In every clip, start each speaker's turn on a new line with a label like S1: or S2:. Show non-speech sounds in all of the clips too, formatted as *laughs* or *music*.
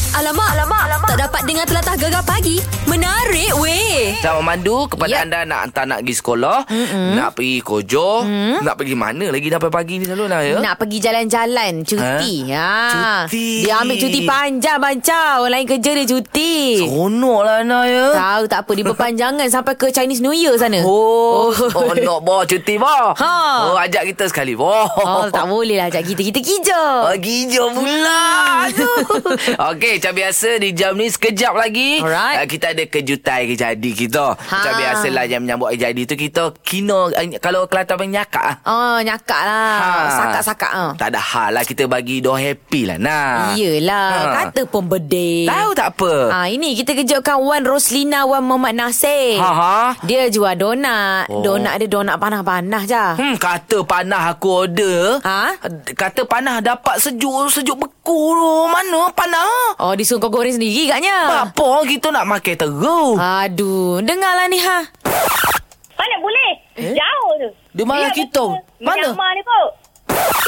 S1: Alamak, alamak, alamak. Tak dapat dengar telatah gegar pagi. Menarik weh.
S2: Sama mandu
S1: Yep.
S2: kepada yep. anda nak hantar nak pergi sekolah, Mm-mm. nak pergi kojo, mm. nak pergi mana lagi dah pagi ni selalu lah ya.
S1: Nak pergi jalan-jalan Cuti ha?
S2: Cuti.
S1: Dia ambil cuti panjang Bancah Orang lain kerja dia cuti
S2: Seronok lah Ana ya.
S1: Tahu tak apa Dia berpanjangan Sampai ke Chinese New Year sana
S2: *laughs* Oh, oh nak bo cuti bo.
S1: Ha.
S2: Oh ajak kita sekali bo.
S1: Oh, tak boleh lah ajak kita. Kita kija.
S2: Pagi je pula Aduh. *laughs* Okey macam biasa Di jam ni sekejap lagi
S1: Alright.
S2: ah, Kita ada kejutan yang jadi kita ha. Macam
S1: Ha.
S2: biasalah Yang menyambut yang jadi tu Kita kino eh, Kalau Kelantan panggil nyakak ah.
S1: Oh, nyakak lah. Sakak-sakak. ah.
S2: Ha. Tak ada hal lah Kita bagi dia happy lah nah.
S1: Yelah,
S2: Ha.
S1: kata pun bedek.
S2: Tahu tak apa
S1: Ah, ini kita kejutkan Wan Roslina Wan Muhammad Nasir.
S2: Ha, ha.
S1: Dia jual donat.
S2: Oh.
S1: Donat dia donat panah-panah je.
S2: Hmm, kata panah aku order.
S1: Ha?
S2: Kata panah dapat sejuk, sejuk beku tu. Mana panah?
S1: Oh, disuruh kau goreng sendiri
S2: Ha.
S1: katnya.
S2: Apa kita nak makan teruk?
S1: Ah.
S2: Ha.
S1: Aduh, dengarlah ni ha.
S3: Mana boleh? Eh? Jauh tu.
S2: Dia marah kita. Mana?
S3: Mana? Menyamar ni kot.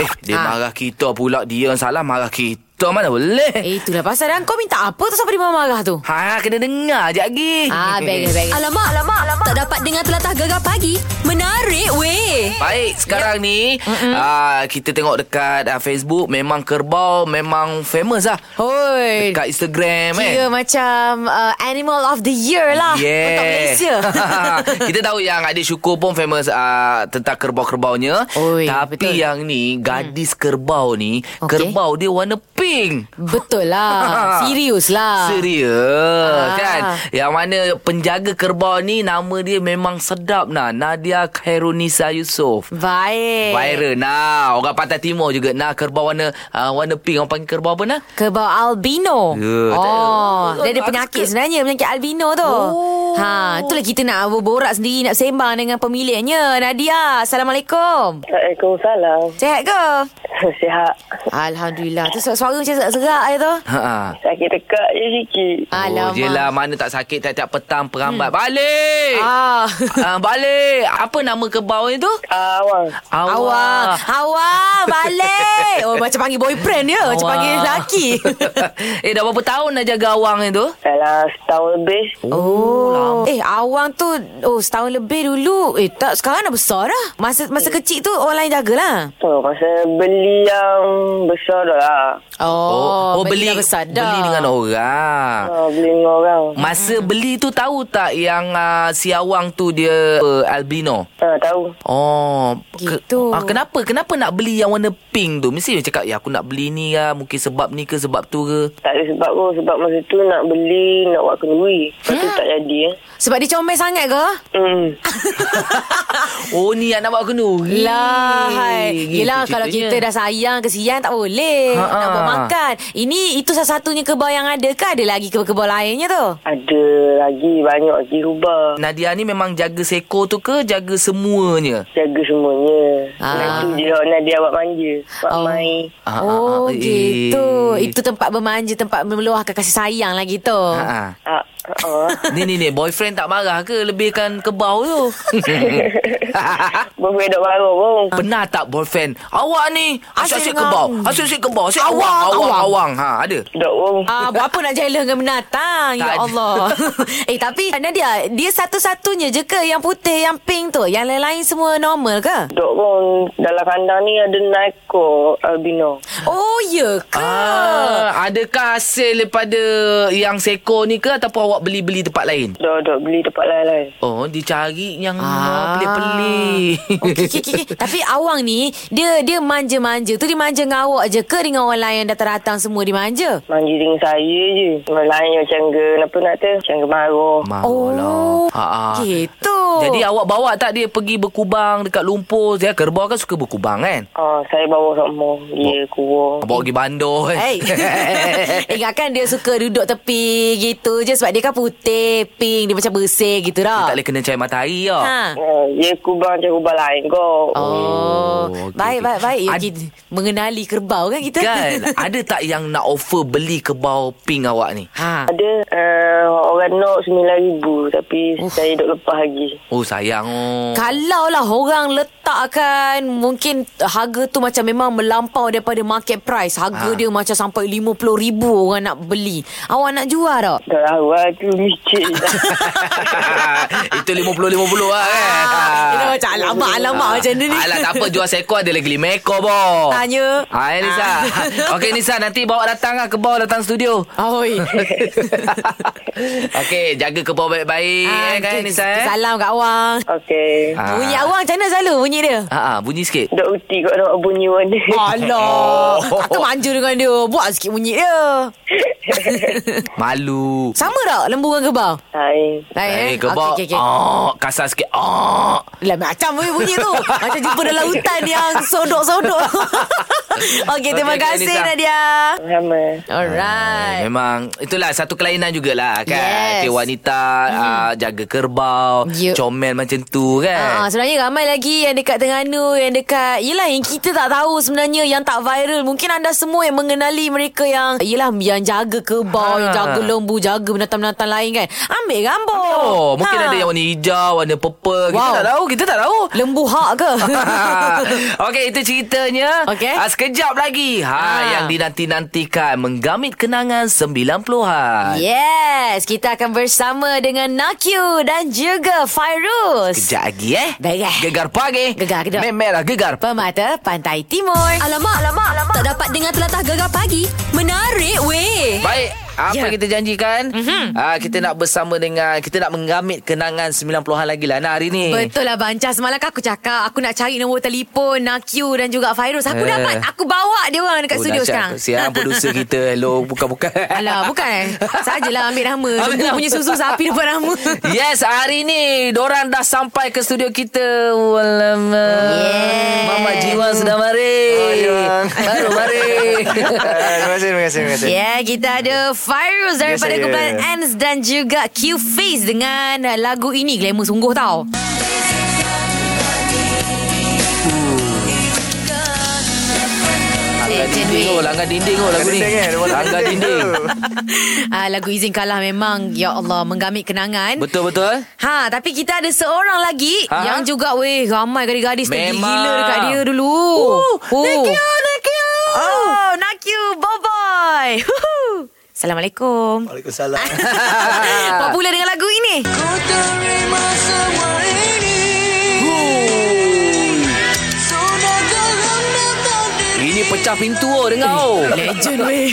S2: Eh, dia
S1: Ha.
S2: ha. marah kita pula. Dia yang salah marah kita. Mana boleh?
S1: Eh,
S2: Eh.
S1: itulah pasal dan kau minta apa tu sampai dia marah *laughs* tu?
S2: Ha, kena dengar je lagi.
S1: Ah, bagus, bagus. Alamak, alamak, alamak. Tak dapat dengar telatah gegar pagi. Menarik weh.
S2: Baik,
S1: Ya.
S2: sekarang yep. ni uh, kita tengok dekat uh, Facebook memang kerbau memang famous lah.
S1: Hoi.
S2: Dekat Instagram eh.
S1: Kira macam uh, Animal of the Year lah
S2: Yeah.
S1: Untuk Malaysia
S2: *laughs* Kita tahu yang Adik Syukur pun famous uh, tentang kerbau-kerbaunya.
S1: Oi,
S2: Tapi
S1: betul. Hmm.
S2: yang ni, gadis kerbau ni,
S1: Okey.
S2: kerbau dia warna pink.
S1: Betul lah
S2: *laughs*
S1: Serius lah
S2: Serius
S1: Ah.
S2: kan Yang mana penjaga kerbau ni Nama dia memang sedap nah Nadia Khairunisa Yusof
S1: Baik
S2: Viral nah Orang Pantai Timur juga Nah kerbau warna uh, Warna pink Orang panggil kerbau apa nah
S1: Kerbau albino
S2: Ya, tak-
S1: Oh Dia ada
S2: Aku
S1: penyakit
S2: suka.
S1: sebenarnya Penyakit albino tu
S2: Oh.
S1: Ha, itulah kita nak berborak sendiri Nak sembang dengan pemiliknya Nadia Assalamualaikum
S4: Waalaikumsalam. *laughs*
S1: Sehat ke?
S4: Sihat.
S1: Alhamdulillah Tu suara macam serak-serak je tu
S2: Ha
S4: Sakit tekak je sikit.
S2: Oh,
S1: Alamak
S2: je lah mana tak sakit tiap-tiap petang perambat. Hmm. Balik!
S1: *laughs* ah.
S2: *laughs* Ah, balik. Apa nama kerbau itu?
S4: Ah, awang.
S2: Awang.
S1: Awang Awang balik *laughs* Oh macam panggil boyfriend dia Macam
S2: Awang.
S1: panggil lelaki
S2: *laughs* eh, dah berapa tahun dah jaga awang itu?
S4: Dalam setahun lebih.
S1: *laughs* Oh, Eh awang tu Oh setahun lebih dulu Eh tak sekarang dah besar dah Masa masa kecil tu orang lain jagalah
S4: Tu, Oh, masa beli yang besar dah lah.
S1: Oh, beli, dah besar dah
S2: beli dengan orang.
S4: Ah, beli dengan orang.
S2: Masa beli tu tahu tak yang uh, si awang tu dia uh, albino?
S4: Ah, tahu.
S2: Oh, ke-
S1: Gitu.
S2: ah, kenapa? Kenapa nak beli yang warna pink tu? Mesti dia cakap, ya aku nak beli ni lah. Mungkin sebab ni ke sebab tu ke.
S4: Tak ada sebab pun. Sebab masa tu nak beli, nak buat kenduri. Lepas tu tak jadi eh.
S1: Sebab dia comel sangat ke?
S4: Hmm.
S2: Oh, ni yang nak buat kenduri.
S1: Lah hai.
S2: Gitu
S1: Yelah kalau
S2: ceritanya.
S1: kita dah sayang Kesian tak boleh
S2: Ha-ha.
S1: Nak buat makan Ini itu salah satunya kebal yang ada ke Ada lagi kebal-kebal lainnya tu
S4: Ada lagi banyak lagi rubah.
S2: Nadia ni memang jaga seko tu ke jaga semuanya?
S4: Jaga semuanya.
S1: Ah.
S4: Ah. Nanti dia nak dia buat manja. Buat
S1: Oh.
S4: oh. main.
S2: Ah, ah,
S1: Oh
S2: ah, eh.
S1: gitu Itu tempat bermanja Tempat meluahkan kasih sayang lah gitu
S2: Ah, ah.
S4: Ah, ah.
S2: Ni ni ni boyfriend tak marah ke lebihkan kebau
S1: *laughs*
S2: tu?
S4: Berbeda baru pun.
S2: Pernah tak boyfriend? Awak ni asyik-asyik
S1: Asyik
S2: kebau.
S1: dengan-
S2: Asyik-asyik kebau. Asyik awang, awang, awang. Ha, ada.
S4: Dok pun.
S1: Ah, buat apa nak jahil dengan binatang
S2: Tak
S1: Ya
S2: ada. *laughs*
S1: Allah Eh tapi Nadia Dia satu-satunya je ke Yang putih Yang pink tu Yang lain-lain semua normal ke
S4: Dok pun dalam kandang ni ada Naiko albino.
S1: Oh ya ke
S2: Ah, adakah hasil daripada yang seko ni ke ataupun awak beli-beli tempat lain?
S4: Dok dok beli tempat lain-lain.
S2: Oh, dicari yang ah. pelik-pelik.
S1: Okey, okey, okey. Tapi awang ni Dia dia manja-manja Tu dia manja dengan awak je ke Dengan orang lain yang datang-datang semua Dia manja
S4: Manggil dengan saya je. Orang lain macam ke, apa nak tu? Macam ke marah.
S2: Marah
S1: Oh,
S2: lah. Ha, ha.
S1: Gitu
S2: Jadi awak bawa tak dia pergi berkubang dekat lumpur? Dia kerbau kan suka berkubang kan?
S4: Ah, saya bawa sama. Dia kurang.
S2: Bawa pergi bandar kan? *laughs*
S1: Hey. *laughs* Ingatkan dia suka duduk tepi gitu je sebab dia kan putih, pink, dia macam bersih gitu
S2: Dia
S1: dah.
S2: tak boleh kena cahaya matahari lah.
S1: Ha.
S4: Ah, dia kubang macam kubang lain kot.
S1: Oh,
S2: Oh, okey,
S1: baik,
S2: okey.
S1: baik, baik. Ya,
S2: Ad-
S1: kita mengenali kerbau *laughs* kan kita?
S2: Kan? Ada tak yang nak offer beli kebau pink awak ni?
S1: Ha.
S4: Ada uh, orang nak RM9,000 tapi
S1: Uff.
S4: saya duk lepas lagi.
S2: Oh sayang oh.
S1: Kalau lah orang letakkan mungkin harga tu macam memang melampau daripada market price. Harga
S2: Ha.
S1: ha. dia macam sampai RM50,000 orang nak beli. Awak nak jual tak?
S4: Tak tahu lah tu
S1: *laughs*
S4: micik.
S2: *laughs* Itu 50-50 lah kan
S1: Kita Ah, macam alamak-alamak
S2: Ah.
S1: macam ni ni.
S2: Alah tak apa jual seekor ada lagi lima ekor bo.
S1: Tanya.
S2: Hai Nisa.
S1: Ah.
S2: Okey Nisa nanti bawa datang lah ke bawah datang
S1: *laughs*
S2: studio. *laughs*
S1: Oi.
S2: Okey jaga ke bawah baik-baik eh, kan
S1: tu-
S2: Nisa eh.
S1: Ah, Salam kat awang.
S4: Okey.
S2: Ah.
S1: Bunyi awang macam mana selalu bunyi dia?
S2: Ha ah bunyi sikit.
S4: Duk uti kot nak bunyi mana.
S1: Ah. Alah.
S2: Eh, Oh.
S1: Aku manja dengan dia. Buat sikit bunyi dia.
S2: Malu.
S1: Sama tak lembu dengan kerbau?
S4: Hai.
S2: Eh,
S1: Lain eh?
S2: kebak.
S1: Okey, okey, okey.
S2: Oh, kasar sikit. Oh.
S1: Lah macam bunyi, bunyi tu Macam jumpa dalam hutan yang sodok-sodok *laughs* Okey terima
S2: Okey, okey,
S1: kasih
S2: Nisa.
S1: Nadia
S4: Sama.
S1: Alright
S2: Eh, Memang itulah satu kelainan jugalah kan.
S1: Eh. Yes. Mhm.
S2: Okay, wanita hmm. uh, jaga kerbau,
S1: Yup.
S2: comel macam tu
S1: Ah,
S2: kan.
S1: sebenarnya ramai lagi yang dekat Terengganu Yang dekat Yelah yang kita tak tahu sebenarnya Yang tak viral Mungkin anda semua yang mengenali mereka yang Yelah yang jaga kebau
S2: Ha.
S1: Yang jaga lembu Jaga binatang-binatang lain kan Ambil gambar Ha.
S2: Oh, mungkin ada yang warna hijau, warna purple. Kita
S1: ah. Wow.
S2: tak tahu, kita tak tahu. *laughs*
S1: Lembu hak ke?
S2: Okey, itu ceritanya.
S1: Okey.
S2: Ah, sekejap lagi. Ha,
S1: Ah.
S2: yang dinanti-nantikan menggamit kenangan 90-an.
S1: Yes, kita akan bersama dengan Nakyu dan juga Fairuz.
S2: Sekejap lagi eh.
S1: Baiklah.
S2: Gegar pagi.
S1: Gegar kedok.
S2: Memerah gegar.
S1: Pemata Pantai Timur. Alamak, alamak, alamak. Tak dapat dengar telatah gegar pagi. Menarik weh.
S2: Baik, apa
S1: Ya. Mhm.
S2: yeah. kita janjikan? Mm-hmm. Ah, kita nak bersama dengan kita nak menggamit kenangan 90-an lagi lah nah, hari ni.
S1: Betul lah Banca Semalam kan aku cakap Aku nak cari nombor telefon Nakyu dan juga Fairuz Aku
S2: Eh.
S1: dapat Aku bawa dia orang dekat oh, studio
S2: dahsyat.
S1: sekarang
S2: Kesian
S1: *laughs*
S2: producer kita. Hello, bukan-bukan.
S1: Alah bukan eh Sajalah ambil nama
S2: Ambil
S1: Lembu
S2: nama.
S1: punya susu sapi dapat nama
S2: *laughs* Yes, hari ni Diorang dah sampai ke studio kita Alamak
S1: Yeah.
S2: Mama Jiwan sudah mari
S5: Jiwan.
S2: Baru
S1: *laughs*
S2: mari
S5: Ah, terima kasih, terima kasih, terima kasih.
S1: Ya, yeah, kita ada Fairuz daripada
S5: saya.
S1: kumpulan Ants dan juga Q-Face dengan uh, lagu ini. Glamour sungguh tau.
S2: Langgar dinding oh, langgar dinding oh lagu ni.
S5: Dinding, eh? Dia
S2: Langgar dinding.
S1: *laughs* Ah, lagu Izin Kalah memang, ya Allah, menggamit kenangan.
S2: Betul-betul. eh?
S1: Ha, tapi kita ada seorang lagi
S2: Ha?
S1: ha? yang juga weh ramai gadis-gadis tu
S2: Memang.
S1: gila dekat dia dulu.
S2: Oh, thank you,
S1: thank you. Oh, thank you. Bye-bye. Huhu.
S2: *laughs*
S1: Assalamualaikum.
S5: Waalaikumsalam.
S1: Popular dengan lagu ini.
S2: Ini pecah pintu oh dengar oh.
S1: *laughs* Legend weh.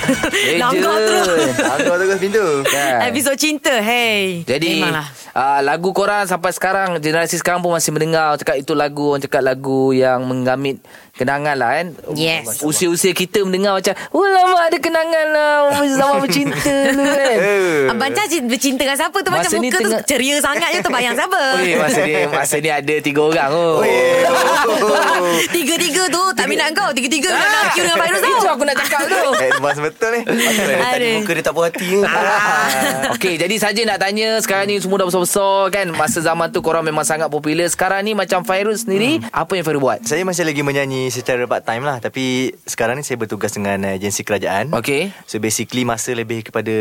S1: Langgar terus.
S5: *laughs* Aku terus pintu.
S2: Kan?
S1: Episod cinta, hey.
S2: Jadi
S1: Memanglah.
S2: uh, lagu korang sampai sekarang generasi sekarang pun masih mendengar orang cakap itu lagu orang cakap lagu yang menggamit kenangan lah kan.
S1: Yes.
S2: Usia-usia kita mendengar macam oh lama ada kenangan lah zaman
S1: *laughs*
S2: bercinta dulu kan.
S5: Eh.
S1: Abang Caci Ah, bercinta dengan siapa tu
S2: Masa
S1: Macam
S2: ni
S1: muka
S2: tengah-
S1: tu ceria sangat je terbayang
S2: *laughs*
S1: siapa
S2: Oi, masa ni masa ni ada tiga orang oh.
S1: *laughs*
S5: Eh, *laughs*
S1: Tiga-tiga tu tak minat kau Tiga-tiga
S2: *laughs*
S1: nak nak queue dengan virus tau
S2: Itu aku nak cakap tu.
S5: Eh, lepas betul ni. Patutlah Tadi
S1: Aduh.
S5: muka dia tak puas hati ni. Ah.
S2: Ah. Okey, jadi saja nak tanya sekarang ni semua dah besar-besar kan. Masa zaman tu korang memang sangat popular. Sekarang ni macam Fairuz sendiri, hmm. apa yang Fairuz buat?
S5: Saya masih lagi menyanyi secara part time lah Tapi sekarang ni saya bertugas dengan uh, agensi kerajaan
S2: Okey.
S5: So basically masa lebih kepada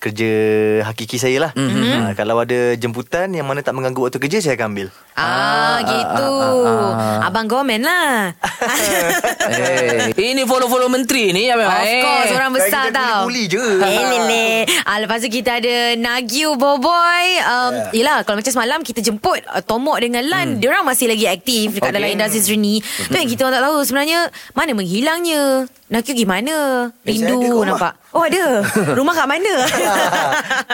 S5: kerja hakiki saya lah mm-hmm. Kalau ada jemputan yang mana tak mengganggu waktu kerja saya akan ambil
S1: Ah, gitu. Abang komen lah.
S2: Eh, ini follow-follow menteri ni ya memang.
S1: of
S2: eh.
S1: course, orang
S5: Lagi
S1: besar
S5: kita
S1: tau.
S5: buli-buli je.
S1: Lele. Ah, lepas tu kita ada Nagyu Boboy. Um, yeah. Yelah, kalau macam semalam kita jemput uh, Tomok dengan Lan. Diorang masih lagi aktif dekat
S2: Okay.
S1: okay. dalam industri seni. Tu yang kita orang tak tahu sebenarnya mana menghilangnya. Nagyu gimana? Rindu
S6: saya ada kat rumah.
S1: nampak. Oh ada. Rumah kat mana?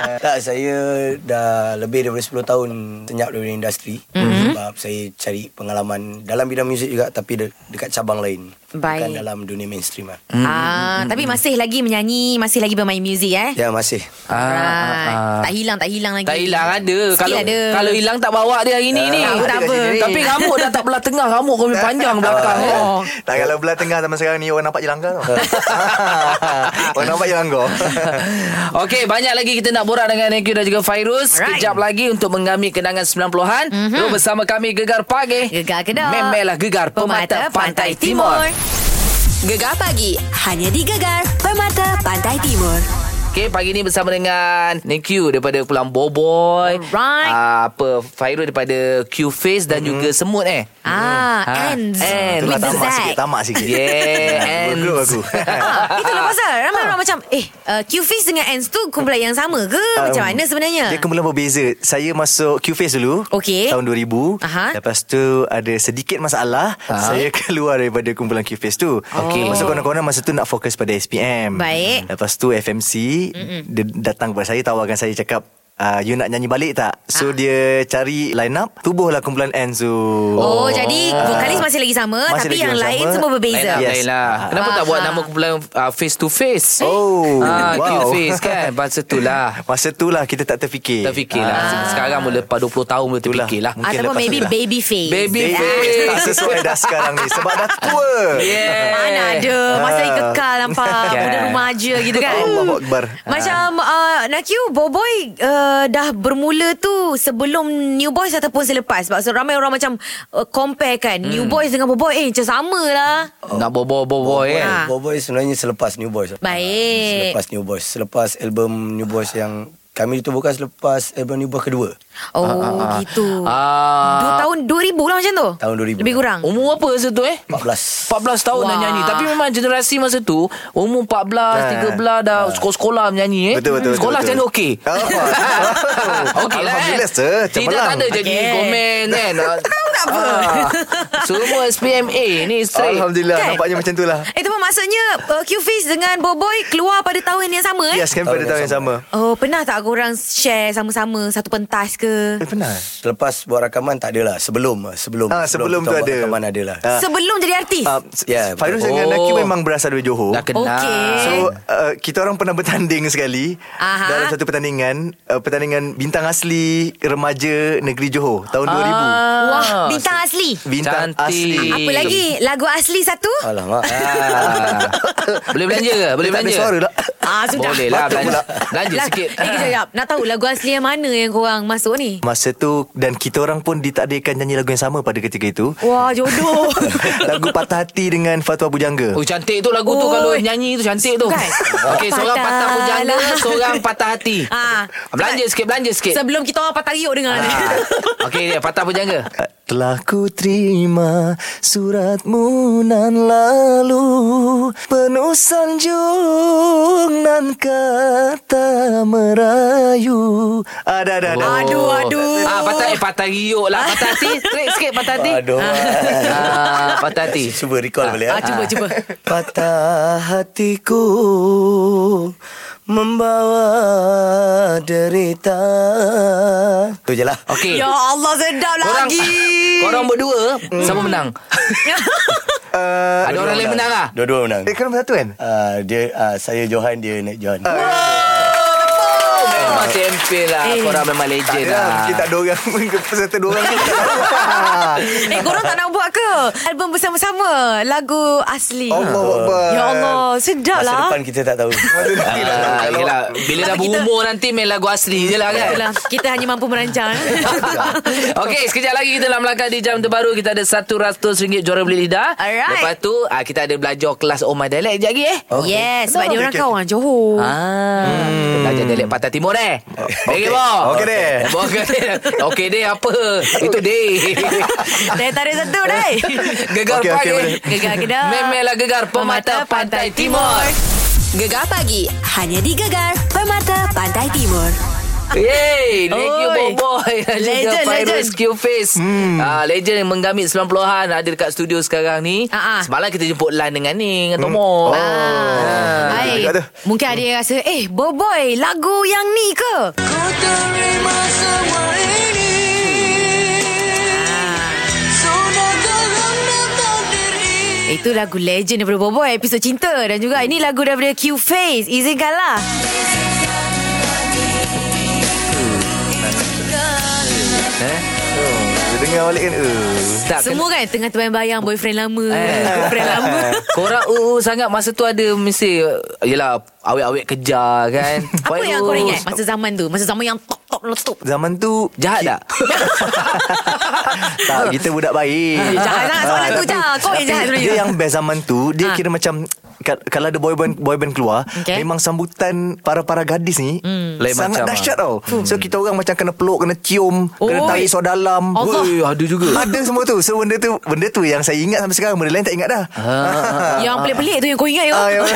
S6: Ah, tak saya dah lebih daripada 10 tahun senyap daripada industri mm-hmm.
S5: Mhm.
S6: sebab saya cari pengalaman dalam bidang muzik juga tapi de- dekat cabang lain bukan
S1: Baik.
S6: dalam dunia mainstream lah.
S1: ah, tapi masih lagi menyanyi, masih lagi bermain muzik eh.
S6: Ya masih.
S2: Ah,
S1: Alright.
S2: ah, ah.
S1: Tak hilang, tak hilang lagi.
S2: Tak hilang ada.
S1: Still
S2: Kalau
S1: ada.
S2: kalau hilang tak bawa dia hari ni ni.
S1: tak
S6: ada kat
S1: apa.
S6: sini.
S2: Tapi rambut dah tak belah tengah, rambut kau punya panjang
S1: *laughs*
S2: belakang. Oh.
S5: Tak kalau belah tengah zaman sekarang ni Orang nampak je langgar
S6: *laughs*
S5: tau Orang nampak je langgar
S2: Okey, banyak lagi kita nak borak dengan Nekyu dan juga Fairuz.
S1: Alright. Mhm.
S2: Sekejap lagi untuk mengambil kenangan 90-an. Mm-hmm. Lu bersama kami Gegar Pagi.
S1: Gegar Kedah.
S2: Memelah Gegar Pemata, Pantai, Timur.
S1: Gegar pagi hanya di Gegar Permata Pantai Timur.
S2: Okey, pagi ni bersama dengan Nick daripada Pulang Boboy.
S1: Alright.
S2: Ah, apa Fairul daripada Q Face dan juga
S5: Mm-hmm.
S2: Semut eh.
S1: Ah,
S2: Ah,
S1: and
S2: and.
S1: with
S5: Itulah
S1: the Z.
S5: tamak sikit Tamak sikit
S2: Yeah, and-
S5: Bergerak aku
S6: *laughs*
S1: Ah, itulah pasal Ramai orang macam Eh uh, Q-Face dengan Ants tu Kumpulan yang sama ke
S2: Ah, um,
S1: Macam mana sebenarnya
S5: Dia kumpulan berbeza Saya masuk Q-Face dulu
S1: Okey.
S5: Tahun 2000
S1: Aha.
S5: Lepas tu Ada sedikit masalah
S2: Ah.
S5: Saya *laughs* keluar daripada Kumpulan Q-Face tu
S2: Okey.
S5: Masuk konon-konon Masa tu nak fokus pada SPM
S1: Baik.
S5: Lepas tu FMC Dia datang kepada saya Tawarkan saya cakap Uh, you nak nyanyi balik tak?
S1: Ah.
S5: So dia cari line up Tubuhlah kumpulan Enzo
S1: Oh,
S5: Ah.
S1: jadi vokalis masih lagi sama
S5: Masih
S1: Tapi
S5: lagi
S1: yang
S5: sama.
S1: lain semua
S2: Lain
S1: berbeza
S2: lah,
S5: Yes. Ah.
S2: lain lah. Kenapa tak buat
S1: Faham.
S2: nama kumpulan uh, face to face?
S5: Oh,
S2: Ah,
S5: wow.
S2: Q face
S5: *laughs*
S2: kan. Masa tu lah.
S5: Masa tu lah kita tak terfikir
S2: Terfikirlah. Ah. Sekarang mula lepas 20 tahun mula terfikirlah.
S5: Mungkin
S1: Ataupun
S5: lepas
S1: maybe
S5: tu lah.
S1: baby Ah. face
S2: Baby
S5: Eh,
S2: face.
S5: *laughs* tak sesuai dah sekarang ni Sebab dah tua
S2: Yeah.
S5: Eh.
S1: Mana ada Masa lagi kekal
S5: *laughs*
S1: nampak
S2: Kan.
S1: Budak rumah aja gitu kan
S5: Allahu Akbar. Ah.
S1: Macam uh, Nakyu Boboy uh, Dah bermula tu Sebelum New Boys Ataupun selepas Sebab so, ramai orang macam uh, Compare kan New
S5: Hmm.
S1: Boys dengan Boboy Eh macam sama lah
S2: Nak bobo-bobo eh.
S1: Ah.
S6: Boboy sebenarnya selepas New Boys. Ah,
S1: Baik.
S6: Selepas New Boys. Selepas album New Boys yang kami ditubuhkan selepas album New Boys kedua.
S5: Ah,
S1: Oh gitu
S2: Ah.
S1: Dua tahun 2000 lah macam tu
S6: Tahun 2000.
S1: Lebih kurang
S5: Oh.
S2: Umur apa masa tu eh?
S6: 14.
S2: 14 tahun dah
S1: Wah.
S2: nyanyi Tapi memang generasi masa tu Umur 14, 13 dah Sekolah-sekolah menyanyi eh
S5: Kan. Betul, betul, betul,
S2: Sekolah
S5: betul.
S2: macam mana okey
S5: Apa?
S2: *laughs* Okey lah
S5: Alhamdulillah,
S2: eh.
S5: sir. Macam
S2: Tidak tak
S5: malang.
S2: ada jadi
S1: Okey. *laughs*
S2: komen kan Tahu tak apa Semua SPMA ni straight
S5: Alhamdulillah
S1: Kan?
S5: Nampaknya macam tu lah
S1: Itu pun maksudnya uh, Q-Face dengan Boboy Keluar pada tahun yang sama eh
S5: Yes kan pada tahun yang sama
S1: Oh pernah tak korang share sama-sama Satu pentas ke
S5: Eh, Pernah
S6: Selepas buat rakaman tak adalah sebelum sebelum
S5: Ah, sebelum tu
S6: kita buat
S5: ada.
S6: rakaman lah. adalah.
S5: Ah.
S1: Sebelum jadi artis
S5: Uh,
S6: Ya,
S5: yeah, Fairuz
S2: betul.
S5: dengan
S2: Oh.
S5: Naki memang berasal dari Johor
S2: Dah kenal
S1: Okey.
S5: So uh, kita orang pernah bertanding sekali
S1: Aha.
S5: Dalam satu pertandingan uh, Pertandingan bintang asli remaja negeri Johor Tahun
S1: Ah.
S5: 2000
S1: Wah bintang asli
S5: Bintang
S2: Ah. Cantik.
S5: asli
S1: Apa lagi Lagu asli satu
S5: *laughs*
S6: Alamak.
S2: Ah. Boleh belanja ke? Boleh
S5: Dia tak ada
S2: belanja?
S5: suara lah
S1: Ah sudah
S2: Boleh lah
S5: Batuk
S2: belanja,
S5: pula.
S2: belanja
S1: Lagu-
S2: sikit
S1: Eh kejap, kejap Nak tahu lagu asli yang mana Yang korang masuk ni
S5: Masa tu Dan kita orang pun ditakdirkan nyanyi lagu yang sama pada ketika itu
S1: Wah jodoh
S5: *laughs*
S1: *laughs*
S5: Lagu Patah Hati dengan Fatwa Bujangga
S2: Oh cantik tu lagu tu
S1: Oi.
S2: Kalau nyanyi tu cantik tu
S1: Kan?
S2: Okey seorang
S1: Patah
S2: patah pujangga
S1: lah.
S2: Seorang patah hati
S1: Ah.
S2: Belanja sikit Belanja sikit
S1: Sebelum kita orang patah riuk dengan
S2: Ah. Okey dia patah pujangga
S5: Telah ku terima suratmu nan lalu Penuh sanjung nan kata merayu Ada, ada, Oh. ada
S1: Aduh, aduh.
S2: Ah, patah, eh, patah riuk lah Patah hati Straight sikit patah hati
S6: Aduh.
S2: ah, Patah hati
S6: Cuba recall balik.
S1: ah,
S6: eh.
S1: *laughs* Cuba cuba
S6: Patah hatiku Membawa derita Tu je lah
S2: Okey
S1: *laughs* Ya Allah sedap
S2: Korang
S1: lagi
S2: Korang berdua Siapa menang
S5: uh,
S2: Ada orang lain menang lah
S6: Dua-dua menang
S5: Eh, kena satu kan?
S6: uh, Dia uh, Saya Johan Dia Nat Johan
S5: Ah,
S2: Memang champion lah
S1: Eh.
S2: Korang memang legend
S5: Ada lah.
S2: lah
S5: Mungkin tak ada orang Peserta dua *laughs* orang pun tak tahu.
S1: *laughs* Eh korang tak nak buat ke Album bersama-sama Lagu asli
S5: Allah Akbar
S1: Ya Allah Sedap
S6: Masa
S1: lah
S6: depan kita tak tahu
S5: Masa nanti dah tahu.
S2: Ah,
S5: Kalau-
S2: yelah, bila dah
S1: Tapi kita-
S2: berumur nanti main lagu asli je lah kan
S1: Itulah, Kita hanya mampu merancang
S2: *laughs* Okey, sekejap lagi kita dalam langkah di jam terbaru kita ada RM100 juara beli lidah.
S1: Alright.
S2: Lepas tu ah, kita ada belajar kelas Oh My Dialect sekejap lagi eh.
S1: Yes Sebab dia orang
S5: Okey, okey.
S1: kawan Johor *laughs*
S2: Ah, hmm. belajar dialek Pantai Timur eh. Okey,
S5: Okey deh.
S2: Okey deh. Okey deh
S5: *laughs*
S2: apa? Itu deh.
S1: Daya tarik satu dai
S2: Gegar
S5: Okey,
S2: okay,
S5: okey,
S2: pagi.
S5: boleh.
S1: Gegar Kedah.
S2: Memelah gegar pemata Pantai Timur.
S7: Gegar pagi hanya di Gegar Permata Pantai Timur.
S2: Yeay Nicky
S1: Oi.
S2: *laughs* Boboy Dan juga
S1: Legend,
S2: Fairuz
S1: legend.
S2: Q-Face hmm. uh, Legend yang menggamit 90-an Ada dekat studio sekarang ni
S1: Ah, ah.
S2: Semalam kita jemput Lan dengan ni Dengan Tomo
S1: Ah,
S5: Dekat tu.
S1: Baik. Mungkin ada yang rasa Eh Boboy Lagu yang ni ke Itu lagu legend daripada Boboy Episod cinta Dan juga ini lagu daripada Q-Face Izinkanlah
S5: Dia dengar balik kan Eh.
S2: Tak, Eh.
S1: Semua kan tengah terbayang-bayang Boyfriend lama Girlfriend lama
S2: *laughs* Korang uu sangat Masa tu ada mesti Yelah Awet-awet kejar kan
S1: *laughs* Apa yang korang ingat Masa zaman tu Masa zaman yang top letup letup.
S5: Zaman tu
S2: Jahat
S1: *laughs*
S2: tak?
S5: *laughs* tak kita budak baik.
S1: Eh, jahat sangat soalan
S5: Ah,
S1: tu, Jah. Kau yang
S5: tapi
S1: jahat sebenarnya.
S5: Dia yang best zaman tu dia
S1: Ah.
S5: kira macam ka- kalau ada boy band boy band keluar
S1: Okay. Hmm.
S5: memang sambutan para-para gadis ni
S2: Lain
S5: sangat
S2: macam,
S5: dahsyat tau. So kita orang macam kena peluk, kena cium, kena
S1: Oi.
S5: tarik soda dalam.
S1: Allah.
S2: Woi, ada juga.
S5: Ada semua tu. So benda tu benda tu yang saya ingat sampai sekarang benda lain tak ingat dah.
S1: ah, yang pelik-pelik tu yang kau ingat yo.
S5: Ah, yang-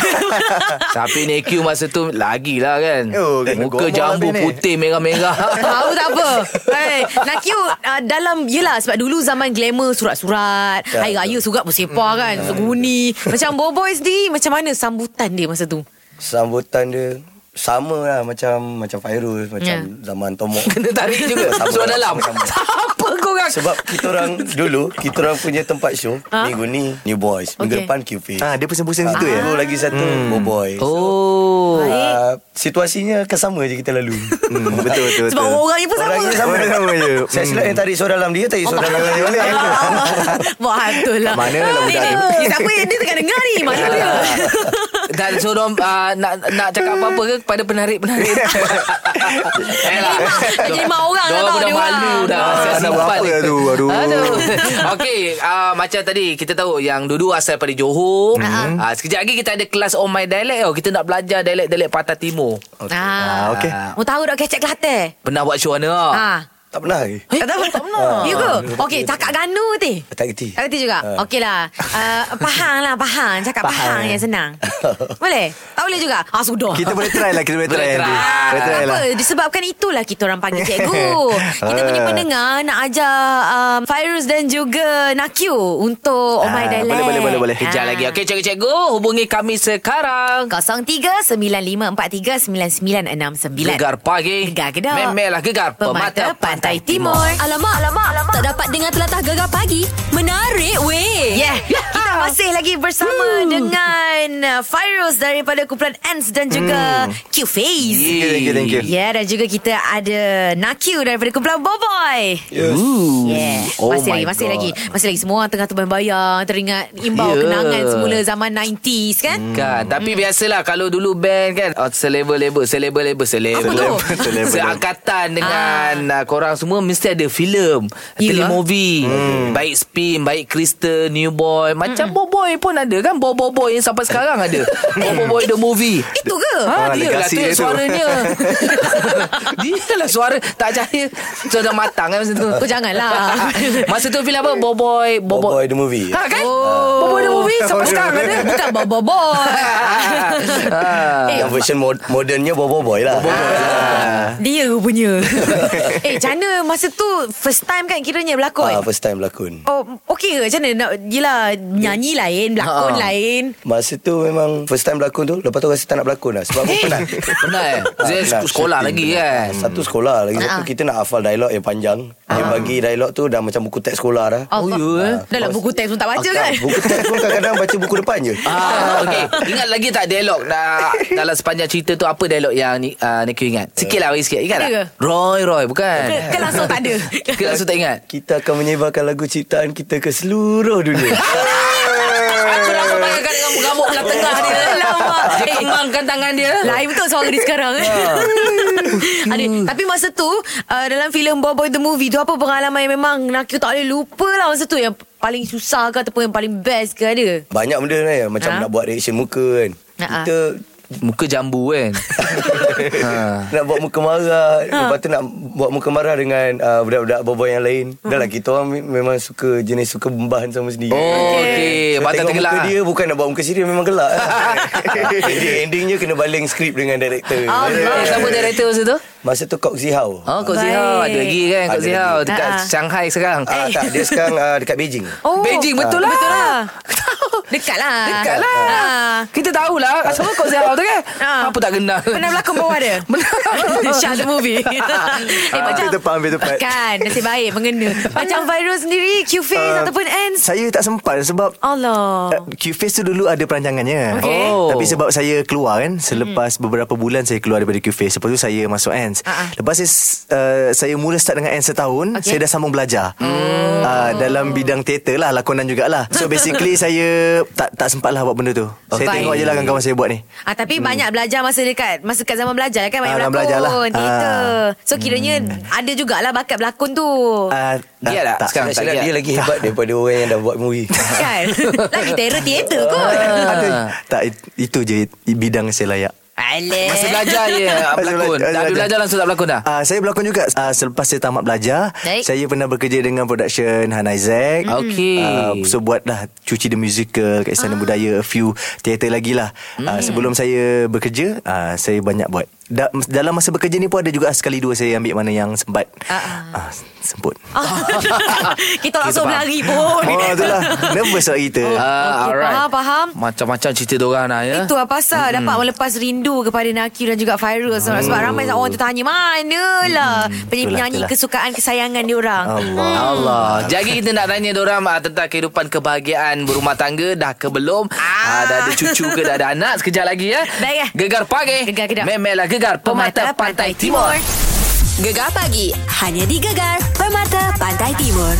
S2: Tapi Nekiu masa tu Lagilah kan
S5: Oh, kena
S2: Muka
S5: gomol
S2: jambu
S5: habis ni.
S2: putih merah-merah
S1: *laughs* Tahu tak apa hey, Nak you uh, Dalam Yelah sebab dulu zaman glamour Surat-surat Hari Raya surat bersepa kan Seguni Macam Boboy sendiri Macam mana sambutan dia masa tu *laughs*
S6: Sambutan dia sama lah macam macam Fairul macam
S1: Ya.
S6: zaman Tomok.
S2: *laughs*
S1: *laughs*
S2: Kena tarik juga
S6: Sama,
S2: Surat dalam
S6: sama.
S2: Apa
S1: kan?
S2: korang
S6: Sebab kita
S1: *laughs*
S6: orang dulu kita orang punya tempat show
S1: Ha?
S6: minggu ni New Boys, minggu
S1: Okay.
S6: depan QP.
S5: *laughs* Ah, dia pusing-pusing situ ya.
S6: Minggu lagi satu hmm. Boboy.
S2: Oh
S6: Uh, situasinya kesama je kita lalu.
S5: Hmm,
S1: *laughs*
S5: betul betul.
S1: Sebab
S5: betul.
S1: orang-orang ni pun sama
S6: Orangnya sama.
S5: Orang sama je.
S6: *laughs* Saya silap
S5: Hmm.
S6: yang tarik suara dalam dia, tarik suara dalam dia
S1: *laughs*
S6: balik.
S1: Buat hantul lah
S5: Kat mana lah budak Ah,
S1: Ni,
S5: tu?
S1: ni *laughs* siapa yang dia tengah dengar ni Mana
S5: *laughs*
S1: dia *laughs*
S2: Dan suruh uh, nak nak cakap apa-apa ke kepada penarik-penarik. eh lah.
S1: Dah jadi mak orang dah tau
S2: Diorang pun
S1: dia
S2: dah malu
S1: orang.
S2: dah. Saya
S5: Ah, dah
S2: simpan.
S5: berapa dah tu? Aduh.
S2: *laughs* Okey, uh, macam tadi kita tahu yang Dudu asal pada Johor. Mm-hmm. Uh, sekejap lagi kita ada kelas on my dialect tau. Kita nak belajar dialect-dialect Pantai Timur.
S5: Ah,
S1: ah.
S5: okey.
S1: Mau tahu tak kecek Kelantan
S2: Pernah buat show mana? Ha.
S1: ah.
S6: Tak pernah ke?
S1: Eh, tak apa, tak pernah. You ke? Okey, cakap Ganu ti.
S6: Tak kerti.
S1: Tak kerti juga?
S6: Ah.
S1: Okey lah. Uh, Pahang lah, Pahang. Cakap Pahang, yang
S5: *laughs*
S1: senang. boleh? Tak boleh juga? Ah, sudah.
S5: Kita boleh try lah Kita boleh
S2: Boleh
S5: try
S2: try.
S5: nanti. Boleh try
S1: Tak
S5: lah
S1: apa Disebabkan itulah Kita orang panggil
S5: *laughs*
S1: cikgu Kita punya
S5: Ah.
S1: pendengar Nak ajar um, Fairuz dan juga Nakyu Untuk Oh My
S5: Ah,
S1: Dialect
S5: boleh, boleh, boleh, boleh.
S2: Kejap
S1: Ah.
S2: lagi. Okey, cikgu-cikgu, hubungi kami sekarang.
S1: 03-9543-9969
S2: Gegar pagi.
S1: Gegar Kedah
S2: Memelah gegar pemata, pantai, timur.
S7: Alamak, alamak, alamak. Tak dapat dengar telatah gegar pagi. Menarik weh.
S2: Ya.
S1: Yeah. Kita masih lagi bersama
S2: Hmm.
S1: dengan uh, Fairuz daripada kumpulan Ants dan
S2: Hmm.
S1: juga Q-Face.
S5: Thank you, thank you, thank you.
S1: Ya, yeah, dan juga kita ada Nakyu daripada kumpulan Boboy.
S6: Yes.
S1: Yeah.
S2: Oh
S1: masih
S2: my
S1: lagi, masih
S2: God.
S1: lagi. Masih lagi semua orang tengah terbayang-bayang, teringat imbau
S2: Yeah.
S1: yeah. kenangan semula zaman 90s kan?
S2: Kan Tapi biasalah Kalau dulu band kan oh, Selevel-level Selevel-level Selevel *laughs*
S5: Apa tu?
S2: Seangkatan dengan ah. Korang semua Mesti ada filem
S1: Ya.
S2: Telemovie hmm. Baik Spin Baik Kristen New Boy Macam hmm. Boboy pun ada kan Boboy yang sampai sekarang ada Boboy the movie
S1: Itu ke?
S2: Ha,
S5: Ah,
S2: dia lah
S5: legasi
S2: tu
S5: dia tu.
S2: suaranya
S1: *laughs*
S2: Dia lah suara Tak percaya Suara dah matang kan masa tu
S1: Kau janganlah.
S2: *laughs* Masa tu filem apa Boboy
S6: Boboy
S2: Boboy
S6: the movie.
S2: Ha kan
S1: Oh.
S2: Boboy the movie Sampai
S5: Boboy the
S2: sekarang ada
S1: Bukan Boboy.
S2: *laughs* Ah.
S1: eh,
S6: Yang version mod- modernnya Bobo Boy lah.
S1: dia
S2: *laughs*
S1: punya. eh, macam mana masa tu first time kan kiranya berlakon?
S6: Ah, first time berlakon.
S1: Oh, okey ke? Macam mana? Nak, yelah, nyanyi lain, berlakon
S2: Ha.
S1: lain.
S6: Masa tu memang first time berlakon tu Lepas tu rasa tak nak berlakon lah Sebab aku penat
S1: *laughs*
S2: Penat eh? Zul sekolah
S6: penat. Ah, Shooting,
S2: lagi,
S6: penat.
S2: kan?
S6: Satu sekolah lagi Satu
S1: Ah.
S6: kita nak hafal dialog yang panjang Dia bagi dialog tu Dah macam buku teks sekolah dah
S1: Allah.
S2: ya, eh?
S1: Dah lah Oh, buku teks pun tak baca kan?
S6: Buku teks pun kadang-kadang Baca buku depan je
S2: Ah, okay. Ingat lagi tak dialog nah, dalam sepanjang cerita tu apa dialog yang ni uh, Niku ingat? Sikit lah, bagi sikit. Ingat
S1: Ada
S2: tak?
S1: Ya ke?
S2: Roy, Roy,
S1: Ke,
S2: bukan.
S1: ke langsung tak ada.
S2: Ke langsung tak ingat?
S6: Kita akan menyebarkan lagu ciptaan kita Ke seluruh
S1: *laughs*
S6: dunia
S2: Aku lama
S1: kan,
S2: bayangkan dengan mengamuk belah lah tengah dia.
S1: *laughs* Alamak.
S2: Dia
S1: Eh,
S2: kembangkan tangan dia. Ah.
S1: Lain betul suara dia sekarang eh. *laughs* Ada, tapi masa tu uh, dalam filem Boboy the Movie tu apa pengalaman yang memang Nakyu tak boleh lupa lah masa tu yang paling susah ke ataupun yang paling best ke ada?
S6: Banyak benda lah ya Macam
S1: Ha?
S6: nak buat reaction muka kan
S1: Ha-ha.
S6: Kita
S2: Muka jambu kan. Ha.
S6: *laughs* nak buat muka marah Lepas tu nak buat muka marah dengan uh, Budak-budak boboy yang lain Dah lah kita orang me- memang suka Jenis suka bembahan sama sendiri
S2: Oh, okey. lah.
S6: So,
S2: Batang
S6: tengok
S2: tenggelam.
S6: muka dia bukan nak buat muka serius Memang
S2: *laughs*
S6: gelak Jadi endingnya kena baling skrip dengan director
S2: Eh, Siapa director masa tu?
S6: Masa tu Kok Zihau
S2: Oh, Kok
S1: Baik.
S2: Zihao. Ada lagi kan Kok
S6: Ada
S2: Zihao.
S6: lagi.
S2: Dekat
S1: Ah, ah.
S2: Shanghai sekarang.
S6: Ah, tak, dia sekarang ah, dekat Beijing
S1: Oh,
S2: Beijing, betul lah.
S1: Betul lah. *laughs* Dekat lah.
S2: Dekat lah
S1: Ah.
S2: Kita tahulah Sama Kok Zihao tu kan
S1: Ah.
S2: Apa tak kenal
S1: Pernah berlakon bawah
S5: *laughs*
S1: dia? Shah the movie Eh
S5: Ah, Ambil
S1: macam
S5: tepat Ambil tepat
S1: Kan Nasib baik Mengena Macam viral sendiri Q-Face
S5: Ah,
S1: ataupun Ants
S5: Saya tak sempat Sebab
S1: Allah
S5: Uh, Q-Face tu dulu ada perancangannya
S1: Okey. Hmm.
S2: Oh.
S5: Tapi sebab saya keluar kan Selepas beberapa bulan Saya keluar daripada Q-Face Lepas tu saya masuk ANS
S1: Ah, ah.
S5: Lepas saya uh, Saya mula start dengan ANS setahun
S1: Okey. Hmm. *laughs*
S5: Ah, Saya dah sambung belajar uh, Dalam bidang teater lah Lakonan jugalah So basically saya tak tak sempatlah buat benda tu. Okay. Saya
S1: Baik.
S5: tengok je lah kawan-kawan saya buat ni.
S1: Ah, tapi hmm. banyak belajar masa dekat masa kat zaman belajar lah kan banyak
S5: Ah, zaman
S1: berlakon.
S5: belajar lah.
S1: Teater. So kiranya hmm. ada jugalah bakat berlakon tu.
S5: Uh,
S2: Dia lah sekarang tak
S6: Silap
S5: *laughs*
S2: dia.
S6: dia lagi hebat daripada orang yang dah buat
S2: *laughs*
S6: movie.
S1: kan? Lagi terror teater kot.
S5: Ada, tak it- itu je bidang saya layak.
S1: Alah.
S2: Masa belajar je ah, berlakon. Dah habis belajar langsung tak berlakon dah.
S5: Uh, saya berlakon juga uh, selepas saya tamat belajar.
S1: Baik. Hmm.
S5: Saya pernah bekerja dengan production Han Isaac.
S2: Mm. Okey.
S5: Uh, so buatlah Cuci the Musical kat Istana ah. Budaya a few teater lagi lah.
S1: Hmm.
S5: Mm. Uh, sebelum saya bekerja, uh, saya banyak buat. Da- dalam masa bekerja ni pun ada juga sekali dua saya ambil mana yang sempat.
S1: Ah,
S5: Uh, semput.
S1: *laughs* Kita langsung
S2: faham.
S1: berlari pun.
S5: Oh
S1: *laughs*
S5: itulah Nervous lah kita
S1: Oh,
S2: Ah,
S1: Okey,
S2: alright.
S1: faham, faham.
S2: Macam-macam cerita diorang lah ya.
S5: Eh?
S1: Itu lah pasal Dapat melepas rindu Kepada Nakir dan juga Fairul Sebab, sebab ramai orang tertanya Manalah hmm, Penyanyi-penyanyi
S5: Oh. itulah.
S1: Kesukaan kesayangan diorang
S5: Allah
S2: Allah. Jadi kita nak tanya diorang ah, tentang kehidupan kebahagiaan berumah tangga dah ke belum? Ah. dah ada cucu ke dah ada anak sekejap lagi ya.
S1: Baik, eh?
S2: Gegar pagi.
S1: Gegar kedap.
S2: Memelah gegar pemata, pantai, timur.
S7: Gegar pagi hanya di Gegar Permata Pantai Timur.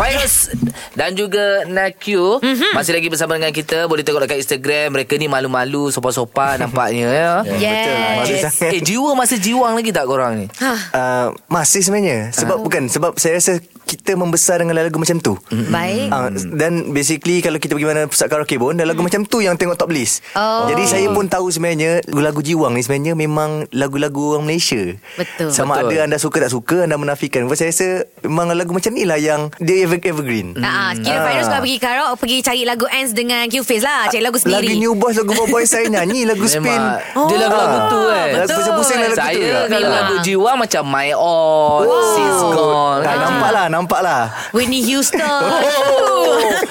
S2: Fairuz dan juga Nakyu
S1: Mhm.
S2: mm-hmm. masih lagi bersama dengan kita. Boleh tengok dekat Instagram. Mereka ni malu-malu,
S1: *laughs*
S2: sopan-sopan nampaknya ya.
S5: Malu
S1: Yes
S2: Eh
S5: sangat.
S2: jiwa masa jiwang lagi tak korang ni?
S5: uh, Masih sebenarnya Sebab
S1: Ah.
S5: bukan Sebab saya rasa Kita membesar dengan lagu macam tu
S1: Baik
S5: Ah, Dan basically Kalau kita pergi mana Pusat karaoke pun Dah lagu macam tu Yang tengok top list
S1: Mm. Oh.
S5: Jadi saya pun tahu sebenarnya Lagu-lagu jiwang ni Sebenarnya memang Lagu-lagu orang Malaysia
S1: Betul.
S5: Sama
S2: Betul.
S5: ada anda suka tak suka Anda menafikan Sebab saya rasa Memang lagu macam ni lah Yang dia ever, evergreen Ah.
S1: Nah, Ah, kira Fairuz kalau pergi karaoke pergi cari lagu Ants dengan Q-Face lah, cari lagu
S5: Ah, Lagu
S1: sendiri. Oh.
S5: New Boys Lagu Boy Boy saya nyanyi Lagu Spin
S2: Memang Dia lagu-lagu
S5: Ah,
S2: tu eh
S5: Lagu pusing-pusing lagu tu
S2: Saya
S5: juga.
S2: kalau
S1: Memang.
S2: lagu jiwa Macam My All oh. Since Gone Kan?
S5: Ah, nampak lah, nampak lah.
S1: Whitney
S5: *laughs*
S1: Houston.
S2: *laughs*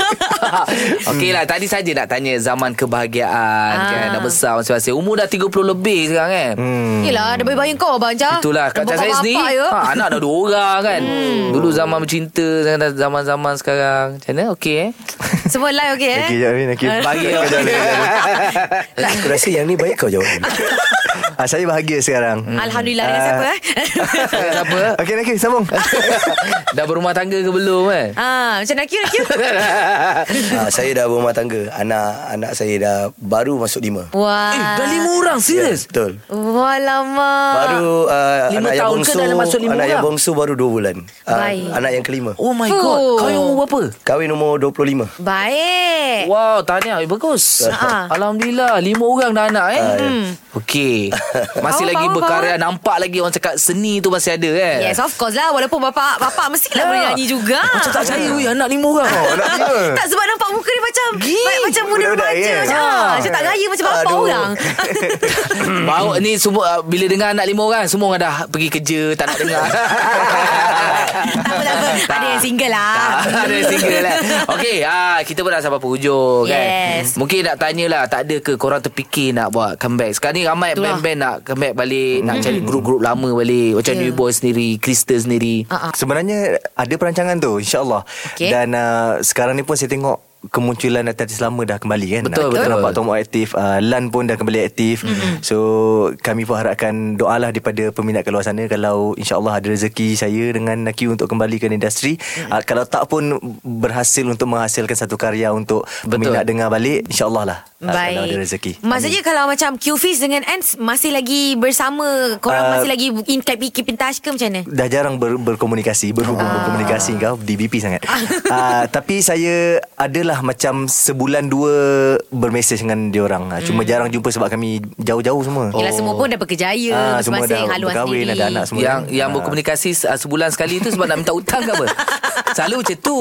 S2: Okey lah Tadi saja nak tanya Zaman kebahagiaan
S1: Ah.
S2: kan Dah besar masing-masing Umur dah 30 lebih sekarang kan
S5: Hmm.
S1: Yelah, ada bayi-bayi kau, Abang Jah.
S2: Itulah kat saya
S1: Bapak-bapak
S2: sendiri
S1: ya.
S5: Ah.
S2: ha, Anak dah dua orang kan
S1: Hmm.
S2: Dulu zaman bercinta sekarang dah Zaman-zaman sekarang Macam mana okey eh
S1: Semua live okey eh?
S5: Okay, jap ni Nakif.
S1: *laughs*
S2: Bagi
S5: *laughs* Kau jawab, kau jawab.
S6: Aku rasa yang ni baik kau jawab.
S5: Ah, saya bahagia
S6: *laughs*
S5: sekarang.
S1: Alhamdulillah dengan siapa
S5: Ah.
S1: eh? *laughs*
S2: Dengan siapa
S5: Okey, Nakif,
S6: *laughs*
S5: sambung.
S2: Dah berumah tangga ke belum kan
S1: ah, macam nak kira
S5: *laughs*
S1: kira.
S6: ha, saya dah berumah tangga. Anak-anak saya dah baru masuk lima. Ya,
S1: Wah.
S2: Eh dah lima orang Serius
S1: Ya.
S6: Betul.
S1: Wah, lama.
S6: Baru uh,
S2: Lima
S6: anak yang
S2: tahun ke
S6: bongsu
S2: dalam masuk lima
S6: Anak yang
S2: orang?
S6: bongsu baru 2 bulan uh,
S1: Baik.
S6: Anak yang kelima
S2: Oh my
S1: Fuh.
S2: god Kau yang umur berapa
S6: Kahwin umur 25
S1: Baik.
S2: Wow, tahniah. Eh, bagus.
S1: Ha.
S2: Alhamdulillah, lima orang dah anak eh. Hmm.
S1: *laughs*
S2: Okey.
S1: Power,
S2: Masih lagi
S1: power,
S2: berkarya, nampak lagi orang cakap seni tu masih ada eh.
S1: Yes, of course lah. Walaupun bapak bapak mestilah
S5: Ya.
S1: boleh nyanyi juga.
S2: Macam tak percaya weh, anak lima orang.
S1: *laughs* tak sebab nampak muka dia macam Gii, macam muda
S5: Budak-budak, ya.
S1: remaja
S5: yeah.
S1: macam, ah, macam tak gaya macam bapak
S6: Aduh.
S5: *laughs*
S1: orang.
S2: Bawa Mm. ni semua uh, bila dengar anak lima orang semua orang dah pergi kerja, tak nak
S1: *laughs*
S2: dengar.
S1: tak apa tak apa. Ada yang single lah.
S2: Tak, *laughs* Ada yang single lah Okey ah, Kita pun dah sampai penghujung kan
S1: Yes.
S2: Mungkin nak tanyalah Tak ada ke korang terfikir nak buat comeback Sekarang ni ramai
S1: Itulah. Mm.
S2: band-band nak comeback balik Nak cari grup-grup lama balik Macam
S1: Ya.
S2: New Boy sendiri Krista sendiri
S1: Ah, ah.
S5: Sebenarnya ada perancangan tu InsyaAllah
S1: Okey.
S5: Dan uh, sekarang ni pun saya tengok Kemunculan artis lama dah kembali kan
S2: Betul,
S5: Kita
S2: betul.
S5: nampak Tomo aktif uh, Lan pun dah kembali aktif mm-hmm. So kami pun harapkan Doalah daripada peminat kat luar sana Kalau insyaAllah ada rezeki saya Dengan Naki untuk kembali ke industri mm-hmm. uh, Kalau tak pun Berhasil untuk menghasilkan satu karya Untuk
S2: Betul.
S5: betul. peminat dengar balik InsyaAllah lah Ah, Kalau ada
S1: Baik.
S5: rezeki
S1: Maksudnya kalau macam Qfiz dengan Ants masih lagi bersama, korang
S5: Ah.
S1: masih lagi in keep, keep in touch ke macam mana?
S5: dah jarang ber, berkomunikasi berhubung ah. berkomunikasi kau DBP sangat *laughs* ah, tapi saya adalah macam sebulan dua bermesej dengan diorang Ah, cuma jarang jumpa sebab kami jauh-jauh semua
S1: Yelah semua pun dah bekerjaya
S5: Oh. Ah, semua
S1: masing-masing
S5: dah
S1: haluan
S5: berkahwin,
S1: sendiri.
S5: ada anak semua.
S2: yang
S5: Sebenarnya,
S2: yang
S5: ah.
S2: berkomunikasi se- sebulan sekali tu sebab nak minta hutang
S1: *laughs*
S2: ke apa? Selalu macam tu.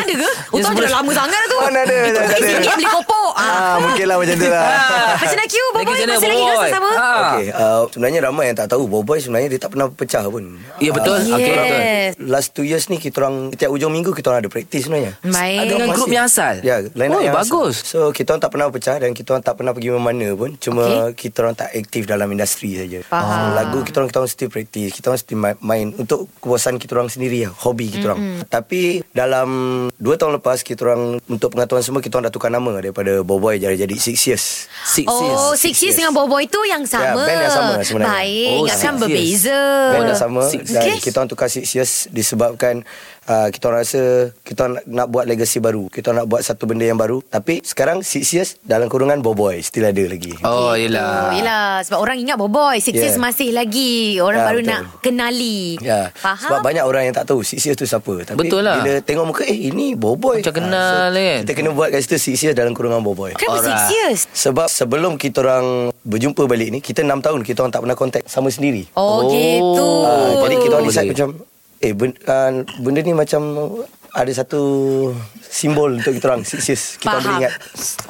S1: Ada ke?
S2: Ya,
S1: Utang
S2: sebulan-
S1: dah lama sangat
S2: *laughs*
S1: dah tu.
S5: Mana ada, tak ada.
S6: *laughs*
S1: Sikit-sikit beli kopok. Ah.
S5: ah, mungkin lah macam tu lah
S2: Ah.
S1: Macam nak queue, Boboiboy
S2: Lagi macam mana,
S1: masih lagi rasa
S2: Boboiboy?
S1: sama?
S2: Ha.
S6: Okay, uh, sebenarnya ramai yang tak tahu Boboy sebenarnya dia tak pernah pecah pun
S2: Ya betul.
S1: Ah, Yes.
S2: Okey.
S6: Last 2 years ni kita orang Setiap hujung minggu kita orang ada praktis sebenarnya
S1: Baik.
S2: Ah, dengan
S6: Masih.
S2: grup yang asal?
S6: Ya line up
S2: Oh,
S6: yang
S2: bagus.
S6: asal. So kita orang tak pernah pecah Dan kita orang tak pernah pergi mana pun Cuma okay. kita orang tak aktif dalam industri saja
S1: Faham.
S6: so, Lagu kita orang kita orang still praktis Kita orang still ma- main Untuk kepuasan kita orang sendiri lah, Hobi kita orang Tapi dalam 2 tahun lepas Kita orang Untuk pengetahuan semua Kita orang dah tukar nama Daripada Boboy jadi jadi 6 years
S2: Six
S1: Oh,
S2: years.
S1: six years dengan Boboiboy tu yang yang sama.
S6: Ya, band yang sama sebenarnya.
S1: Baik,
S2: Oh,
S1: ingatkan
S2: six years.
S1: berbeza.
S6: Band dah sama
S2: Six
S6: Dan
S1: years.
S6: kita orang tukar 6 years Disebabkan uh, Kita orang rasa Kita orang nak, nak buat legacy baru Kita orang nak buat satu benda yang baru Tapi sekarang 6 years Dalam kurungan Boboy Still ada lagi
S1: Oh,
S2: Oh, yelah.
S1: yelah sebab orang ingat boboy Six
S6: Yeah.
S1: years masih lagi Orang
S6: Ya,
S1: baru
S6: betul.
S1: nak kenali
S6: Ya,
S1: Faham?
S6: sebab banyak orang yang tak tahu Six years tu siapa Tapi
S2: Betul lah.
S6: bila tengok muka Eh ini Boboy
S2: Macam kenal kan?
S6: Kita kena buat kat situ Six years dalam kurungan Boboy
S1: Kenapa six
S2: Alright.
S1: years?
S6: Sebab sebelum kita orang Berjumpa balik ni Kita 6 tahun Kita orang tak pernah kontak Sama sendiri
S1: Oh,
S2: Oh.
S1: gitu
S6: Ah, jadi kita orang
S2: Boleh.
S6: decide macam Eh ben, uh, benda ni macam Ada satu Simbol untuk kita orang Six years Kita orang boleh
S1: Faham
S6: ingat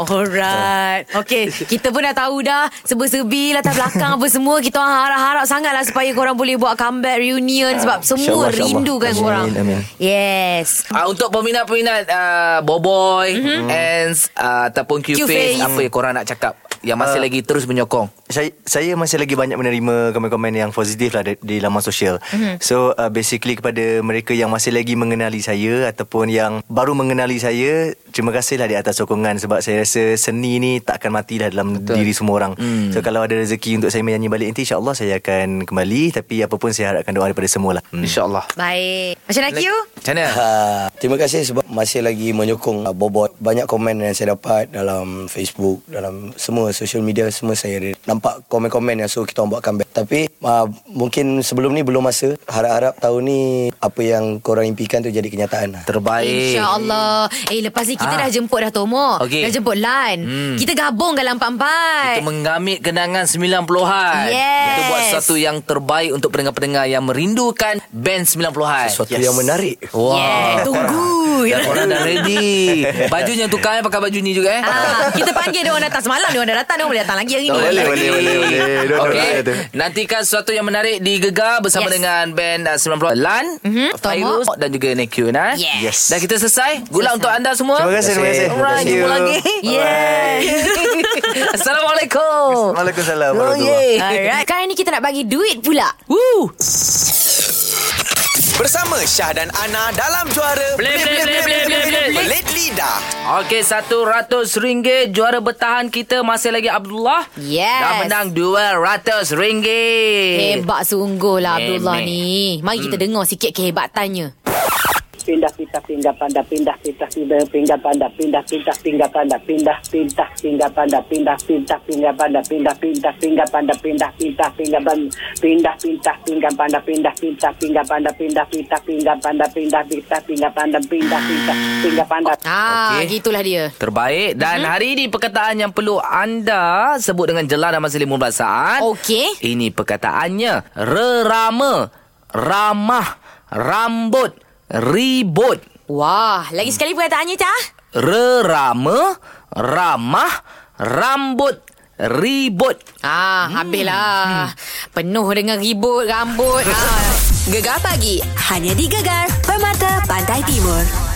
S1: Alright Okay Kita pun dah tahu dah Sebi-sebi Latar belakang apa semua Kita orang harap-harap sangat lah Supaya korang boleh buat comeback Reunion
S6: Ah,
S1: Sebab semua
S5: InsyaAllah, insyaAllah.
S1: rindu kan
S5: Amin,
S1: korang
S5: amin.
S1: Yes
S2: Ah untuk peminat-peminat uh, Boboy mm-hmm. Ants uh, ataupun
S1: Q-Face.
S2: Q-Face apa yang korang nak cakap yang masih lagi terus menyokong.
S5: saya saya masih lagi banyak menerima komen-komen yang positif lah di, di laman sosial. Mm-hmm. So uh, basically kepada mereka yang masih lagi mengenali saya ataupun yang baru mengenali saya, terima kasihlah di atas sokongan sebab saya rasa seni ni tak akan mati dah dalam Betul. diri semua orang. Mm. So kalau ada rezeki untuk saya menyanyi balik nanti insya-Allah saya akan kembali tapi apa pun saya harapkan doa daripada semualah. Mm.
S2: InsyaAllah.
S1: Baik Macam nak you?
S2: Macam mana?
S6: Ah, Terima kasih sebab Masih lagi menyokong uh, Bobot Banyak komen yang saya dapat Dalam Facebook Dalam semua social media Semua saya ada Nampak komen-komen yang So kita orang buat comeback Tapi uh, Mungkin sebelum ni belum masa Harap-harap tahun ni Apa yang korang impikan tu Jadi kenyataan lah
S2: Terbaik.
S1: InsyaAllah Eh lepas ni kita
S2: Ah.
S1: dah jemput dah Tomo
S2: Okey.
S1: Dah jemput Lan
S2: Hmm.
S1: Kita gabung dalam
S2: Kita
S1: empat-empat
S2: mengamit kenangan 90-an.
S1: Yes.
S2: Kita buat sesuatu yang terbaik untuk pendengar-pendengar yang merindukan band 90-an.
S6: Sesuatu yes. yang menarik
S2: Wow.
S1: Yeah, tunggu.
S2: Dan korang *laughs* dah ready. Bajunya tukar eh, pakai baju ni juga eh.
S1: Ah, kita panggil dia orang datang semalam dia orang dah datang dia orang boleh datang lagi hari ni.
S5: Boleh, boleh, boleh, boleh.
S2: *laughs*
S5: Don't know
S2: Okey.
S5: lah tu.
S2: Nantikan sesuatu yang menarik di Gegar
S1: Yes.
S2: bersama yes. dengan band uh, 90 Lan,
S1: Mhm,
S2: mm-hmm. Fairuz dan juga Nekyun. Eh?
S1: Yes.
S5: Yes.
S2: Dan kita selesai. Gula untuk anda semua.
S5: Terima kasih, terima kasih.
S2: Alright,
S5: Thank
S2: jumpa
S5: you.
S2: lagi.
S1: Yeah.
S2: *laughs* Assalamualaikum.
S5: Waalaikumsalam
S2: Oh,
S5: warahmatullahi
S2: yeah.
S1: *laughs* Alright, sekarang ni kita nak bagi duit pula.
S2: Woo.
S8: Bersama Syah dan Ana dalam juara
S2: Play, play, play, play, play, play, play.
S8: Belit Lidah.
S2: Okey, RM100 juara bertahan kita masih lagi Abdullah.
S1: Yes.
S2: Dah menang RM200. Eh.
S1: Hebat sungguh lah
S2: Memang.
S1: Abdullah ni. Mari
S2: Hmm.
S1: kita dengar sikit kehebatannya.
S9: pindah pindah pindah pindah pindah pindah pindah pindah pindah pindah pindah pindah pindah pindah pindah pindah pindah pindah pindah pindah pindah pindah pindah pindah pindah pindah pindah pindah pindah pindah pindah pindah pindah pindah pindah pindah pindah pindah pindah pindah pindah pindah pindah pindah pindah pindah pindah pindah
S1: Ah, okay.
S2: Okey.
S1: gitulah dia.
S2: Terbaik Dan hari ini perkataan yang perlu anda Sebut dengan jelas dalam masa 15 saat
S1: Okey.
S2: Ini perkataannya Rerama Ramah Rambut Ribut
S1: Wah,
S2: Hmm.
S1: lagi sekali perkataannya Cah.
S2: Rerama Ramah Rambut Ribut
S1: Ah, hmm. habislah. Penuh dengan ribut rambut. ah.
S7: Gegar pagi. Hanya di Gegar Permata Pantai Timur.